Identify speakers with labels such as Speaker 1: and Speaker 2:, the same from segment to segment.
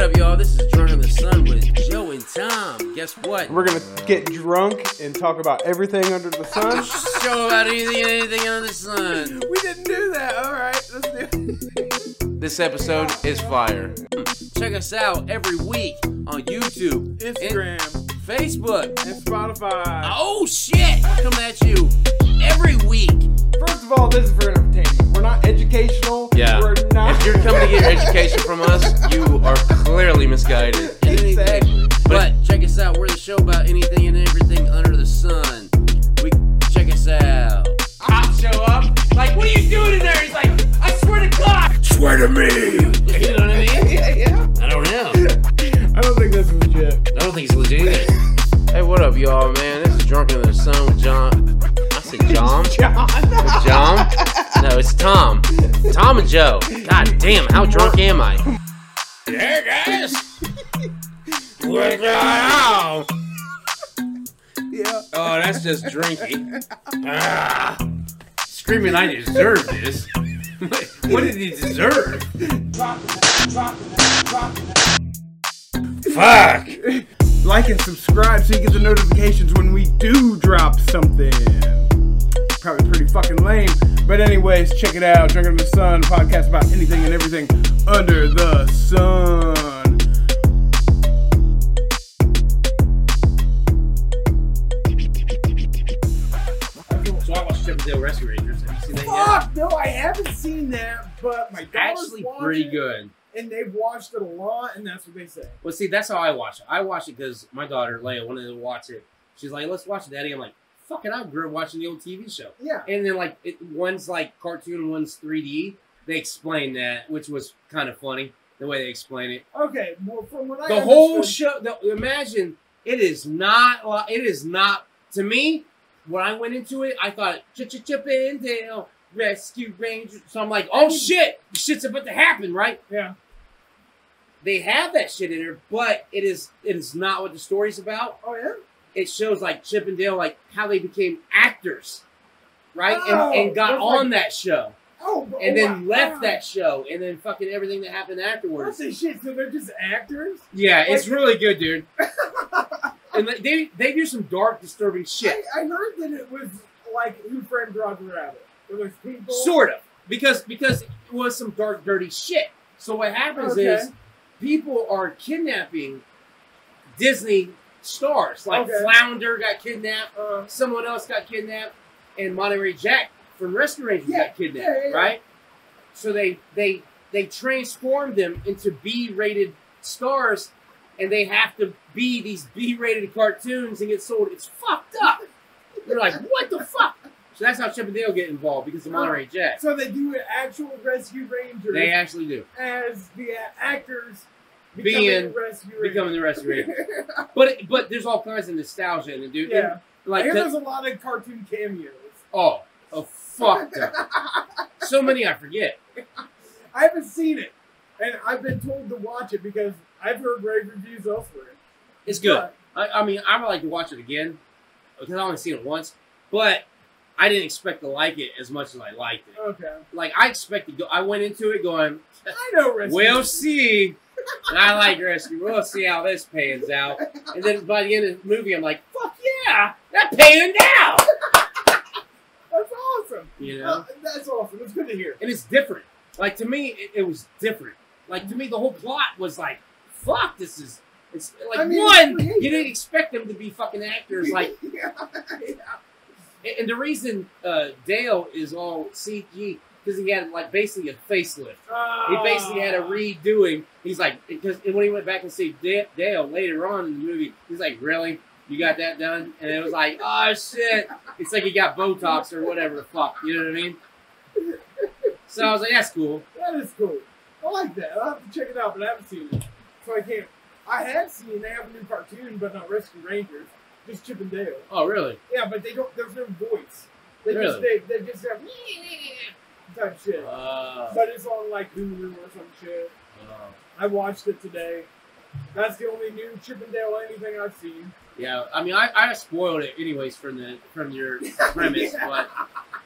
Speaker 1: up, y'all? This is Drunk in the Sun with Joe and Tom. Guess what?
Speaker 2: We're gonna get drunk and talk about everything under the sun.
Speaker 1: Show about anything and anything under the sun.
Speaker 3: We didn't do that. All right, let's do
Speaker 4: This episode is fire.
Speaker 1: Check us out every week on YouTube,
Speaker 3: it.
Speaker 1: In-
Speaker 3: Instagram
Speaker 1: Facebook.
Speaker 3: and Spotify.
Speaker 1: Oh shit! Come at you every week.
Speaker 2: First of all, this is for entertainment. We're not educational.
Speaker 4: Yeah.
Speaker 2: We're not.
Speaker 4: If you're coming to get your education from us, you are clearly misguided.
Speaker 1: Anything.
Speaker 2: Exactly.
Speaker 1: But check us out. We're the show about anything and everything under the sun. We check us out.
Speaker 4: Cops show up. Like, what are you doing in there? He's like, I swear to God.
Speaker 1: Swear to me.
Speaker 4: You know what I mean?
Speaker 2: yeah, yeah.
Speaker 4: I don't know.
Speaker 2: I don't think that's legit.
Speaker 4: I don't think he's legit either. Hey, what up, y'all, man? This is Drunk in the Sun with John. I said John.
Speaker 2: John.
Speaker 4: John? No, it's Tom. Tom and Joe. God damn, how drunk am I?
Speaker 1: There, guys. What's going on?
Speaker 3: Yeah.
Speaker 4: Oh, that's just drinking. Ah, screaming, I deserve this. what did he deserve? Fuck.
Speaker 3: Like and subscribe so you get the notifications when we do drop something. Probably pretty fucking lame. But anyways, check it out. Drunk Under the Sun podcast about anything and everything under the sun.
Speaker 4: So I watched Chippendale Rescue Rangers. Have you seen that yet?
Speaker 3: Fuck! No, I haven't seen that, but my
Speaker 4: It's
Speaker 3: daughter's
Speaker 4: actually
Speaker 3: watching
Speaker 4: pretty
Speaker 3: it,
Speaker 4: good.
Speaker 3: And they've watched it a lot, and that's what they say.
Speaker 4: Well, see, that's how I watch it. I watch it because my daughter, Leia, wanted to watch it. She's like, let's watch it, Daddy. I'm like, fucking, I grew up watching the old TV show.
Speaker 3: Yeah.
Speaker 4: And then, like, it, one's like cartoon, one's 3D. They explained that, which was kind of funny, the way they explained it.
Speaker 3: Okay. Well, from what I
Speaker 4: the whole
Speaker 3: understood-
Speaker 4: show. The, imagine it is not. li- It is not to me. When I went into it, I thought Chippendale Rescue Ranger. So I'm like, oh shit, shit's about to happen, right?
Speaker 3: Yeah.
Speaker 4: They have that shit in there, but it is it is not what the story's about.
Speaker 3: Oh yeah.
Speaker 4: It shows like Chippendale, like how they became actors, right? and,
Speaker 3: Oh,
Speaker 4: and got
Speaker 3: that's like-
Speaker 4: on that show,
Speaker 3: Oh. but-
Speaker 4: and
Speaker 3: oh,
Speaker 4: then
Speaker 3: wow.
Speaker 4: left that show, and then fucking everything that happened
Speaker 3: That's
Speaker 4: afterwards.
Speaker 3: the shit. So they're just actors.
Speaker 4: Yeah, it's really good, dude. and they- they they do some dark, disturbing shit,
Speaker 3: I, I heard that it was like Who Framed Roger Rabbit. It was people.
Speaker 4: sort of, because because it was some dark, dirty shit. So what happens
Speaker 3: Okay.
Speaker 4: is people are kidnapping Disney stars, like
Speaker 3: Okay.
Speaker 4: Flounder got kidnapped,
Speaker 3: Uh,
Speaker 4: someone else got kidnapped, and Monterey Jack from Rescue Rangers
Speaker 3: Yeah,
Speaker 4: got kidnapped,
Speaker 3: yeah, yeah, yeah.
Speaker 4: right? So they they they transform them into B-rated stars, and they have to be these B-rated cartoons and get sold. It's fucked up. They're like, what the fuck? So that's how Chip and Dale get involved because of Monterey Jack.
Speaker 3: so they do an actual rescue rangers
Speaker 4: They actually do
Speaker 3: as the uh, actors becoming
Speaker 4: Being-
Speaker 3: rescue
Speaker 4: becoming
Speaker 3: rangers.
Speaker 4: the Rescue Rangers. But but there's all kinds of nostalgia in it, dude.
Speaker 3: yeah.
Speaker 4: Like
Speaker 3: Here
Speaker 4: the-
Speaker 3: there's a lot of cartoon cameos.
Speaker 4: oh, oh fuck. so many I forget.
Speaker 3: I haven't seen it, and I've been told to watch it because I've heard rave reviews elsewhere.
Speaker 4: It's good.
Speaker 3: But
Speaker 4: I, I mean, I would like to watch it again because I only seen it once, but I didn't expect to like it as much as I liked it.
Speaker 3: okay,
Speaker 4: Like I expected, go, I went into it going,
Speaker 3: I know rescue.
Speaker 4: "We'll
Speaker 3: Rangers.
Speaker 4: see," and I like rescue. We'll see how this pans out. And then by the end of the movie, I'm like, "Fuck yeah, that panned out!"
Speaker 3: That's awesome.
Speaker 4: You
Speaker 3: Uh,
Speaker 4: know,
Speaker 3: that's awesome. It's good to hear.
Speaker 4: and it's different. Like to me, it, it was different. Like to me, the whole plot was like, "Fuck, this is." It's like
Speaker 3: I mean,
Speaker 4: one,
Speaker 3: it's creative.
Speaker 4: you didn't expect them to be fucking actors. Like
Speaker 3: yeah, yeah.
Speaker 4: And- And the reason uh, Dale is all CG because he had like basically a facelift. He basically had a
Speaker 3: Ah.
Speaker 4: redoing. He's like because when he went back and see Da- Dale later on in the movie, he's like, "Really, you got that done?" And it was like, "Oh shit!" It's like he got Botox or whatever the fuck. You know what I mean? So I was like, "That's cool."
Speaker 3: That is cool. I like that. I'll have to check it out, but I haven't seen it. So I can't. I have seen they have a new cartoon, but not Rescue Rangers. Just Chip and Dale.
Speaker 4: Oh really?
Speaker 3: Yeah, but they don't. There's no voice. They just they,
Speaker 4: Really?
Speaker 3: they just have type shit.
Speaker 4: Uh,
Speaker 3: But it's on like Hulu or some shit.
Speaker 4: uh,
Speaker 3: I watched it today. That's the only new Chip and Dale anything I've seen.
Speaker 4: Yeah, I mean, I, I spoiled it anyways from the from your premise,
Speaker 3: Yeah.
Speaker 4: but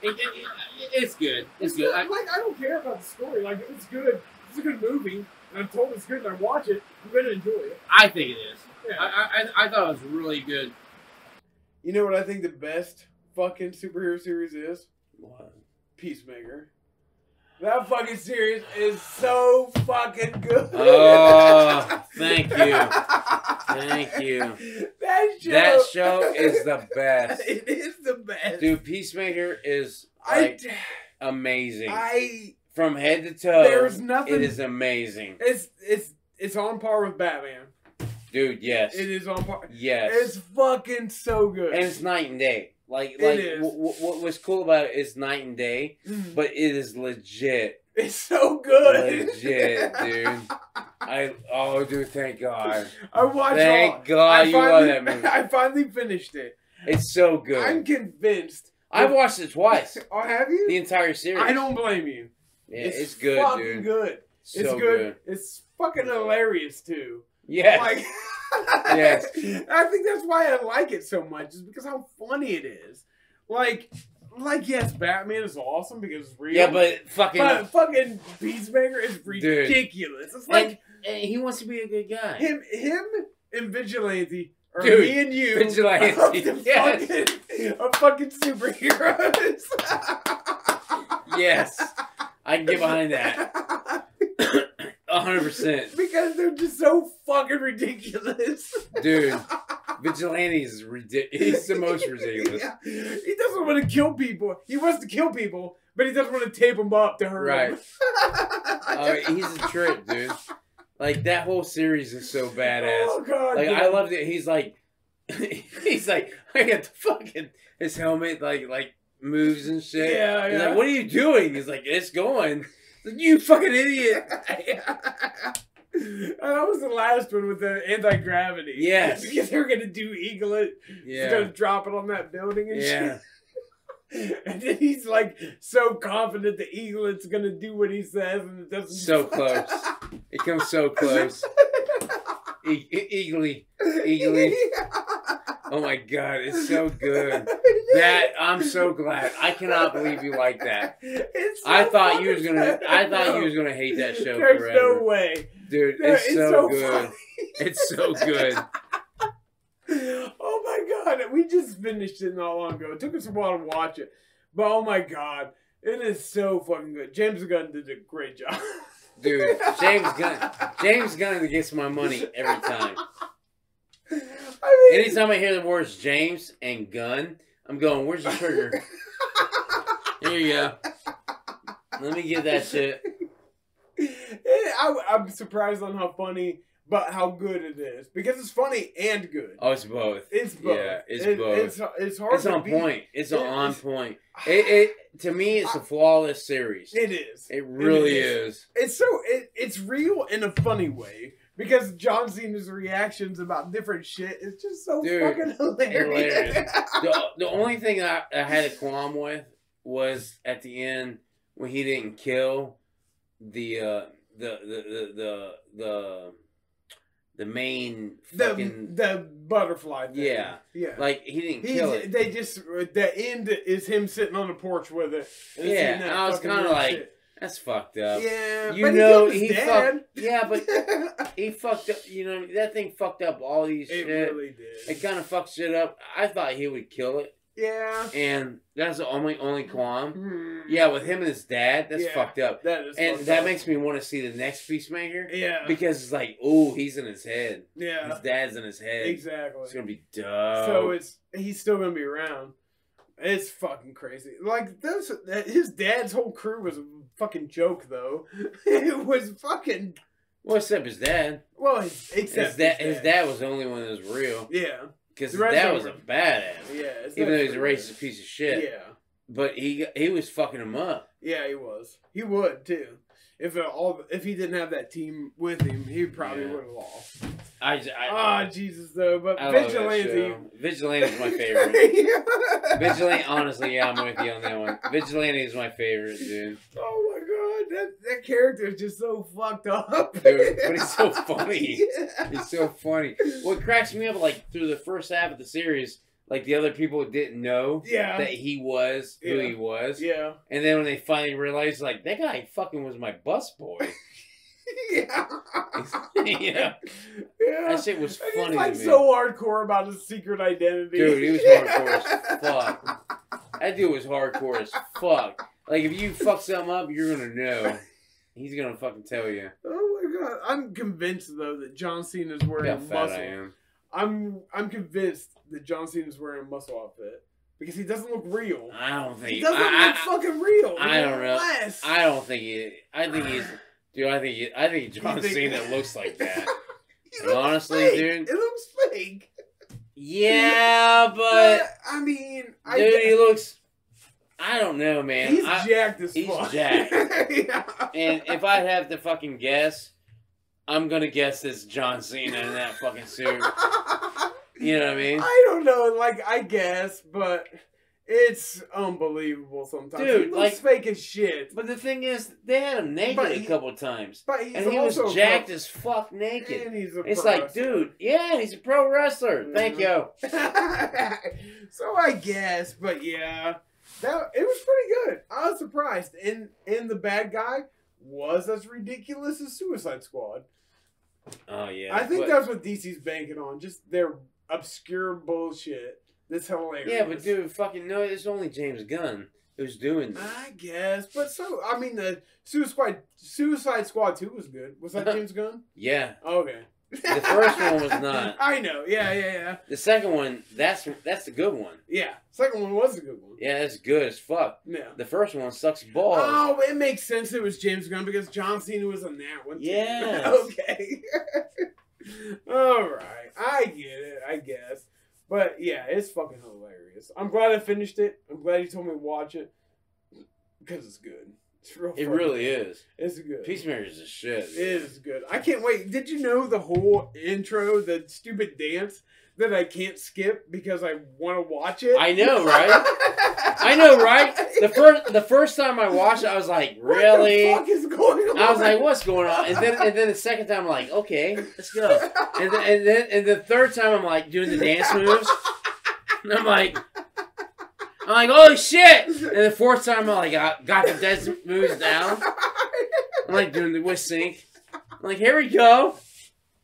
Speaker 4: it, it, it- it's good. It's good. I,
Speaker 3: like I don't care about the story. Like it was good. It's a good movie.
Speaker 5: and I'm told it's good, and I watch it, I'm gonna enjoy it.
Speaker 6: I think it is.
Speaker 5: Yeah.
Speaker 6: I, I I thought it was really good.
Speaker 3: You know what I think the best fucking superhero series is?
Speaker 4: What?
Speaker 3: Peacemaker. That fucking series is so fucking good.
Speaker 4: Oh, thank you. Thank you.
Speaker 3: That show.
Speaker 4: That show is the best.
Speaker 3: It is the best.
Speaker 4: Dude, Peacemaker is
Speaker 3: I,
Speaker 4: like, amazing.
Speaker 3: I.
Speaker 4: From head to toe,
Speaker 3: There's nothing-
Speaker 4: it is amazing.
Speaker 3: It's it's it's on par with Batman.
Speaker 4: Dude, yes.
Speaker 3: It is on par.
Speaker 4: Yes.
Speaker 3: It's fucking so good.
Speaker 4: and it's night and day. Like,
Speaker 3: It
Speaker 4: like
Speaker 3: is. Mm-hmm.
Speaker 4: w- w- what was cool about it is night and day, but it is legit.
Speaker 3: It's so good.
Speaker 4: Legit, dude. I oh, dude, thank God,
Speaker 3: I watched all.
Speaker 4: thank God
Speaker 3: I
Speaker 4: you
Speaker 3: finally,
Speaker 4: love that movie.
Speaker 3: I finally finished it.
Speaker 4: It's so good.
Speaker 3: I'm convinced.
Speaker 4: I've watched it twice,
Speaker 3: Oh, have you?
Speaker 4: the entire series.
Speaker 3: I don't blame you.
Speaker 4: Yeah, it's, good,
Speaker 3: fucking
Speaker 4: dude.
Speaker 3: good.
Speaker 4: So
Speaker 3: It's good. It's fucking hilarious too.
Speaker 4: Yes.
Speaker 3: Like,
Speaker 4: Yes.
Speaker 3: I think that's why I like it so much is because how funny it is. Like, like yes, Batman is awesome because it's real.
Speaker 4: yeah, but fucking.
Speaker 3: but fucking Peacemaker is ridiculous. It's like
Speaker 4: and he wants to be a good guy.
Speaker 3: him, him and Vigilante. Or
Speaker 4: Dude,
Speaker 3: me and you,
Speaker 4: Vigilante,
Speaker 3: are the
Speaker 4: yes.
Speaker 3: fucking, are fucking superheroes.
Speaker 4: Yes. I can get behind that. 100%.
Speaker 3: because they're just so fucking ridiculous.
Speaker 4: Dude, Vigilante is ridiculous. He's the most ridiculous.
Speaker 3: Yeah. He doesn't want to kill people. He wants to kill people, but he doesn't want to tape them up to hurt
Speaker 4: Right.
Speaker 3: them.
Speaker 4: Uh, he's a trip, dude. Like, that whole series is so badass.
Speaker 3: Oh god.
Speaker 4: Like,
Speaker 3: dude.
Speaker 4: I loved it. He's like, he's like, I got the fucking, his helmet, like, like, moves and shit.
Speaker 3: Yeah,
Speaker 4: He's
Speaker 3: yeah.
Speaker 4: like, what are you doing? He's like, it's going. He's like, you fucking idiot.
Speaker 3: And that was the last one with the anti gravity.
Speaker 4: Yes.
Speaker 3: because they were gonna do eaglet. He's
Speaker 4: Yeah.
Speaker 3: gonna drop it on that building and
Speaker 4: Yeah.
Speaker 3: shit. And then he's like so confident the eaglet's gonna do what he says, and it doesn't.
Speaker 4: So close. It comes so close. E- e- eagerly. Eagerly. Oh my god, it's so good. That I'm so glad. I cannot believe you like that.
Speaker 3: It's
Speaker 4: I
Speaker 3: so
Speaker 4: thought you was
Speaker 3: fucking
Speaker 4: gonna.
Speaker 3: good.
Speaker 4: I thought you
Speaker 3: No.
Speaker 4: was gonna hate that show
Speaker 3: There's
Speaker 4: forever,
Speaker 3: no way.
Speaker 4: dude.
Speaker 3: There-
Speaker 4: It's,
Speaker 3: it's
Speaker 4: so,
Speaker 3: so
Speaker 4: good. It's so good.
Speaker 3: Oh my god, we just finished it not long ago. It took us a while to watch it, but oh my god, it is so fucking good. James Gunn did a great job.
Speaker 4: Dude, James Gunn. James Gunn gets my money every time.
Speaker 3: I mean,
Speaker 4: Anytime I hear the words James and Gunn, I'm going. Where's the trigger? Here you go. Let me get that shit.
Speaker 3: it- I, I'm surprised on how funny, but how good it is because it's funny and good.
Speaker 4: Oh, it's both.
Speaker 3: It's both.
Speaker 4: yeah, it's
Speaker 3: It-
Speaker 4: both.
Speaker 3: It's, it's hard.
Speaker 4: It's
Speaker 3: to
Speaker 4: on
Speaker 3: beat.
Speaker 4: point. It's
Speaker 3: Yeah,
Speaker 4: on
Speaker 3: it's-
Speaker 4: point. It, it to me, it's a flawless series.
Speaker 3: It is.
Speaker 4: It really
Speaker 3: is.
Speaker 4: is.
Speaker 3: It's so it, it's real in a funny way because John Cena's reactions about different shit is just so
Speaker 4: Dude,
Speaker 3: fucking hilarious.
Speaker 4: hilarious. The, the only thing I, I had a qualm with was at the end when he didn't kill the uh, the, the the the the the main
Speaker 3: the
Speaker 4: fucking
Speaker 3: the butterfly. Thing.
Speaker 4: Yeah.
Speaker 3: yeah.
Speaker 4: like he didn't
Speaker 3: He's,
Speaker 4: kill it.
Speaker 3: They just the end is him sitting on the porch with it. and
Speaker 4: Yeah,
Speaker 3: seeing that
Speaker 4: I was
Speaker 3: fucking
Speaker 4: kinda
Speaker 3: weird
Speaker 4: like,
Speaker 3: shit.
Speaker 4: That's fucked up.
Speaker 3: yeah,
Speaker 4: you
Speaker 3: but
Speaker 4: know
Speaker 3: he,
Speaker 4: he,
Speaker 3: killed his
Speaker 4: fucked.
Speaker 3: dad.
Speaker 4: Yeah, but he fucked up. You know that thing fucked up all these
Speaker 3: it
Speaker 4: shit.
Speaker 3: really
Speaker 4: It
Speaker 3: did.
Speaker 4: kind of fucks shit up. I thought he would kill it.
Speaker 3: Yeah,
Speaker 4: and that's the only only qualm.
Speaker 3: Hmm.
Speaker 4: Yeah, with him and his dad, that's
Speaker 3: Yeah.
Speaker 4: fucked up.
Speaker 3: that is,
Speaker 4: And
Speaker 3: fucked
Speaker 4: that
Speaker 3: up.
Speaker 4: makes me want to see the next Peacemaker
Speaker 3: yeah,
Speaker 4: because it's like, oh, he's in his head.
Speaker 3: yeah,
Speaker 4: His dad's in his head.
Speaker 3: exactly.
Speaker 4: It's gonna be dope.
Speaker 3: So it's he's still gonna be around. It's fucking crazy. Like those, that- his dad's whole crew was a fucking joke, though. it was fucking
Speaker 4: what's up, his dad?
Speaker 3: well, his, except
Speaker 4: His dad, his dad was the only one that was real
Speaker 3: Yeah,
Speaker 4: because his
Speaker 3: The rest
Speaker 4: dad
Speaker 3: of
Speaker 4: was a
Speaker 3: them
Speaker 4: badass,
Speaker 3: yeah. it's
Speaker 4: even
Speaker 3: not
Speaker 4: though he's a
Speaker 3: true.
Speaker 4: racist piece of shit.
Speaker 3: Yeah,
Speaker 4: But he he was fucking him up.
Speaker 3: yeah, he was. He would too. If it all if he didn't have that team with him, he probably
Speaker 4: Yeah.
Speaker 3: would have lost.
Speaker 4: I just, I,
Speaker 3: Ah, Jesus though. But
Speaker 4: I love that
Speaker 3: vigilante,
Speaker 4: show. Vigilante is my favorite.
Speaker 3: Yeah.
Speaker 4: Vigilante, honestly, yeah, I'm with you on that one. Vigilante is my favorite, dude.
Speaker 3: Oh my god, that, that character is just so fucked up.
Speaker 4: Dude, but it's so funny.
Speaker 3: Yeah.
Speaker 4: It's so funny. What cracks me up, like through the first half of the series, like the other people didn't know
Speaker 3: Yeah.
Speaker 4: that he was who
Speaker 3: Yeah.
Speaker 4: he was,
Speaker 3: Yeah.
Speaker 4: and then when they finally realized, like that guy fucking was my bus boy.
Speaker 3: yeah.
Speaker 4: yeah,
Speaker 3: yeah.
Speaker 4: that shit was
Speaker 3: And
Speaker 4: funny
Speaker 3: He's like
Speaker 4: to me.
Speaker 3: so hardcore about his secret identity.
Speaker 4: Dude, he was hardcore as fuck. That dude was hardcore as fuck. Like if you fuck something up, you're gonna know. He's gonna fucking tell you
Speaker 3: Oh my god. I'm convinced though that John Cena is wearing
Speaker 4: how
Speaker 3: a
Speaker 4: fat I
Speaker 3: muscle.
Speaker 4: am.
Speaker 3: I'm I'm convinced that John Cena is wearing a muscle outfit because he doesn't look real.
Speaker 4: I don't think.
Speaker 3: He doesn't
Speaker 4: I,
Speaker 3: look fucking real.
Speaker 4: I don't know.
Speaker 3: Less.
Speaker 4: I, I don't think he. I think he's. Dude, I think he, I think John
Speaker 3: You think-
Speaker 4: Cena looks like that.
Speaker 3: He
Speaker 4: And
Speaker 3: looks
Speaker 4: honestly,
Speaker 3: fake.
Speaker 4: dude-
Speaker 3: it looks fake.
Speaker 4: Yeah, but
Speaker 3: I mean, I,
Speaker 4: dude, he looks. I don't know, man.
Speaker 3: he's
Speaker 4: I-
Speaker 3: jacked as
Speaker 4: he's
Speaker 3: fuck.
Speaker 4: jacked.
Speaker 3: yeah.
Speaker 4: and if I have to fucking guess, I'm gonna guess it's John Cena in that fucking suit. You know what I mean?
Speaker 3: I don't know. Like, I guess, but it's unbelievable sometimes.
Speaker 4: Dude,
Speaker 3: he looks fake as shit.
Speaker 4: But the thing is, they had him naked
Speaker 3: But
Speaker 4: a
Speaker 3: he-
Speaker 4: couple times,
Speaker 3: But he's
Speaker 4: and he was
Speaker 3: also a
Speaker 4: jacked
Speaker 3: pro-
Speaker 4: as fuck naked.
Speaker 3: and he's a
Speaker 4: It's
Speaker 3: pro Mm-hmm.
Speaker 4: like, dude, yeah, he's a pro wrestler. Thank you.
Speaker 3: wrestler. so I guess, but yeah, that it was pretty good. I was surprised, and and the bad guy was as ridiculous as Suicide Squad.
Speaker 4: Oh yeah,
Speaker 3: I think
Speaker 4: but-
Speaker 3: that's what DC's banking on. Just their obscure bullshit. That's hilarious.
Speaker 4: Yeah, but dude, fucking no, it's only James Gunn who's doing this.
Speaker 3: I guess, but so I mean, the Suicide Suicide Squad Two was good. Was that James Gunn?
Speaker 4: Yeah,
Speaker 3: Okay.
Speaker 4: The first one was not.
Speaker 3: I know. Yeah, yeah, yeah,
Speaker 4: the second one, that's that's the good one.
Speaker 3: yeah. Second one was a good one.
Speaker 4: Yeah, that's good as fuck.
Speaker 3: Yeah.
Speaker 4: The first one sucks balls.
Speaker 3: Oh, it makes sense. It was James Gunn because John Cena was in that one. too.
Speaker 4: Yes.
Speaker 3: okay. All right. I get it. I guess. But yeah, it's fucking hilarious. I'm glad I finished it. I'm glad you told me to watch it because it's good. It's real.
Speaker 4: it
Speaker 3: fucking-
Speaker 4: really is.
Speaker 3: It's good.
Speaker 4: Peacemaker's is shit.
Speaker 3: It is good. I can't wait. Did you know the whole intro, the stupid dance that I can't skip because I want to watch it?
Speaker 4: I know, right? I know, right? The first the first time I watched it, I was like,
Speaker 3: What the
Speaker 4: really?
Speaker 3: fuck is going on?
Speaker 4: I was like, what's going on? And then and then the second time, I'm like, okay, let's go. And then and then and the third time, I'm like doing the dance moves, and I'm like. I'm like, oh shit! And the fourth time, I'm like, I got the dance moves down. I'm like doing the whisk sync. I'm like, here we go.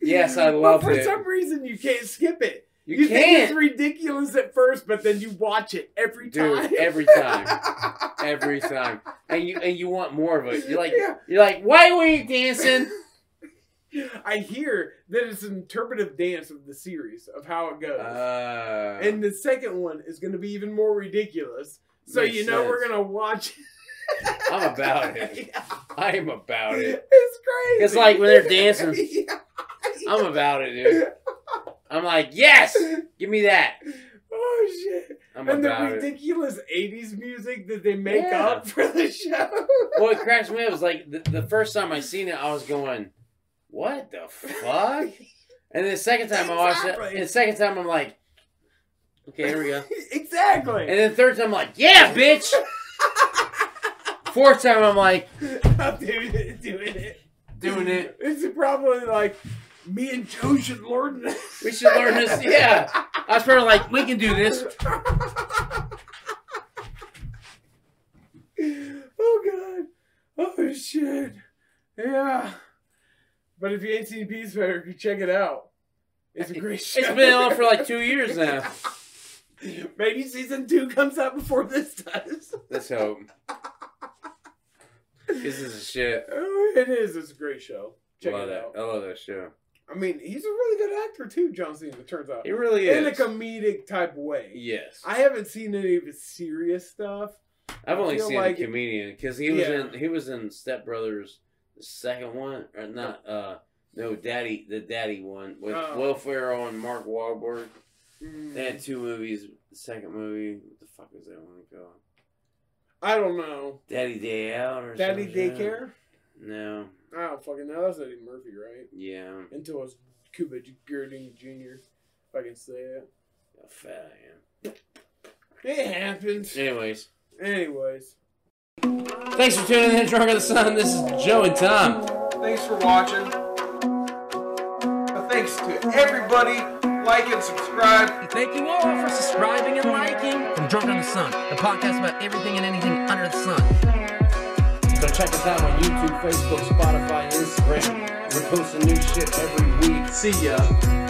Speaker 4: Yes, I
Speaker 3: But
Speaker 4: loved
Speaker 3: for
Speaker 4: it.
Speaker 3: some reason, you can't skip it.
Speaker 4: You,
Speaker 3: think it's
Speaker 4: can't,
Speaker 3: ridiculous at first, but then you watch it every time.
Speaker 4: dude. Every time, every time, and you and you want more of it. You're like,
Speaker 3: Yeah.
Speaker 4: you're like, why were you dancing?
Speaker 3: I hear that it's an interpretive dance of the series of how it goes.
Speaker 4: Uh,
Speaker 3: and the second one is going to be even more ridiculous. So
Speaker 4: Makes
Speaker 3: you know we're
Speaker 4: sense.
Speaker 3: going to watch
Speaker 4: I'm about it.
Speaker 3: it.
Speaker 4: I am about it.
Speaker 3: It's crazy.
Speaker 4: It's like when they're dancing.
Speaker 3: Yeah.
Speaker 4: I'm about it, dude. I'm like, yes, give me that.
Speaker 3: Oh shit.
Speaker 4: I'm
Speaker 3: And the
Speaker 4: about it.
Speaker 3: ridiculous 80s music that they make
Speaker 4: Yeah.
Speaker 3: up for the show.
Speaker 4: Well, it cracks me up. It was like the, the first time I seen it, I was going, "What the fuck?" And the second time I watched it,
Speaker 3: Exactly.
Speaker 4: and the second time I'm like, "Okay, here we go."
Speaker 3: exactly.
Speaker 4: And then third time I'm like, "Yeah, bitch." Fourth time I'm like,
Speaker 3: I'm doing it, doing it.
Speaker 4: Doing it.
Speaker 3: It's probably like me and Joe should learn this.
Speaker 4: "We should learn this." Yeah, I was probably like, "We can do this."
Speaker 3: oh god. Oh shit. Yeah. But if you ain't seen Peacemaker, you check it out. It's a great show.
Speaker 4: It's been on for like two years now.
Speaker 3: Maybe season two comes out before this does.
Speaker 4: Let's hope. This is a shit.
Speaker 3: Oh, it is. It's a great show. Check
Speaker 4: love
Speaker 3: it
Speaker 4: that.
Speaker 3: out.
Speaker 4: I love that show.
Speaker 3: I mean, he's a really good actor too, John Cena. It turns out
Speaker 4: It really
Speaker 3: in a
Speaker 4: is.
Speaker 3: comedic type way.
Speaker 4: Yes,
Speaker 3: I haven't seen any of his serious stuff.
Speaker 4: I've only
Speaker 3: feel
Speaker 4: seen
Speaker 3: like-
Speaker 4: a comedian because he was
Speaker 3: Yeah.
Speaker 4: in he was in Step Brothers, the second one or not? Uh, no, Daddy, the Daddy one with
Speaker 3: Oh. Mm-hmm.
Speaker 4: Will Ferrell and Mark Wahlberg. They had two movies. The second movie, what the fuck is that one called?
Speaker 3: I don't know.
Speaker 4: Daddy Day Out or
Speaker 3: Daddy
Speaker 4: some shit.
Speaker 3: Daycare?
Speaker 4: No,
Speaker 3: I don't fucking know. That's Eddie Murphy, right?
Speaker 4: yeah,
Speaker 3: Until it's Cuba Gooding Jr. If I can say it.
Speaker 4: how fat I am.
Speaker 3: It happens.
Speaker 4: Anyways,
Speaker 3: Anyways.
Speaker 4: thanks for tuning in, Drunk of the Sun. This is Joe and Tom.
Speaker 3: Thanks for watching. Thanks to everybody. Like and subscribe.
Speaker 7: Thank you all for subscribing and liking. From Drunk on the Sun, the podcast about everything and anything under the sun.
Speaker 4: So check us out on YouTube, Facebook, Spotify, Instagram.
Speaker 3: We're posting new shit every week.
Speaker 8: See ya.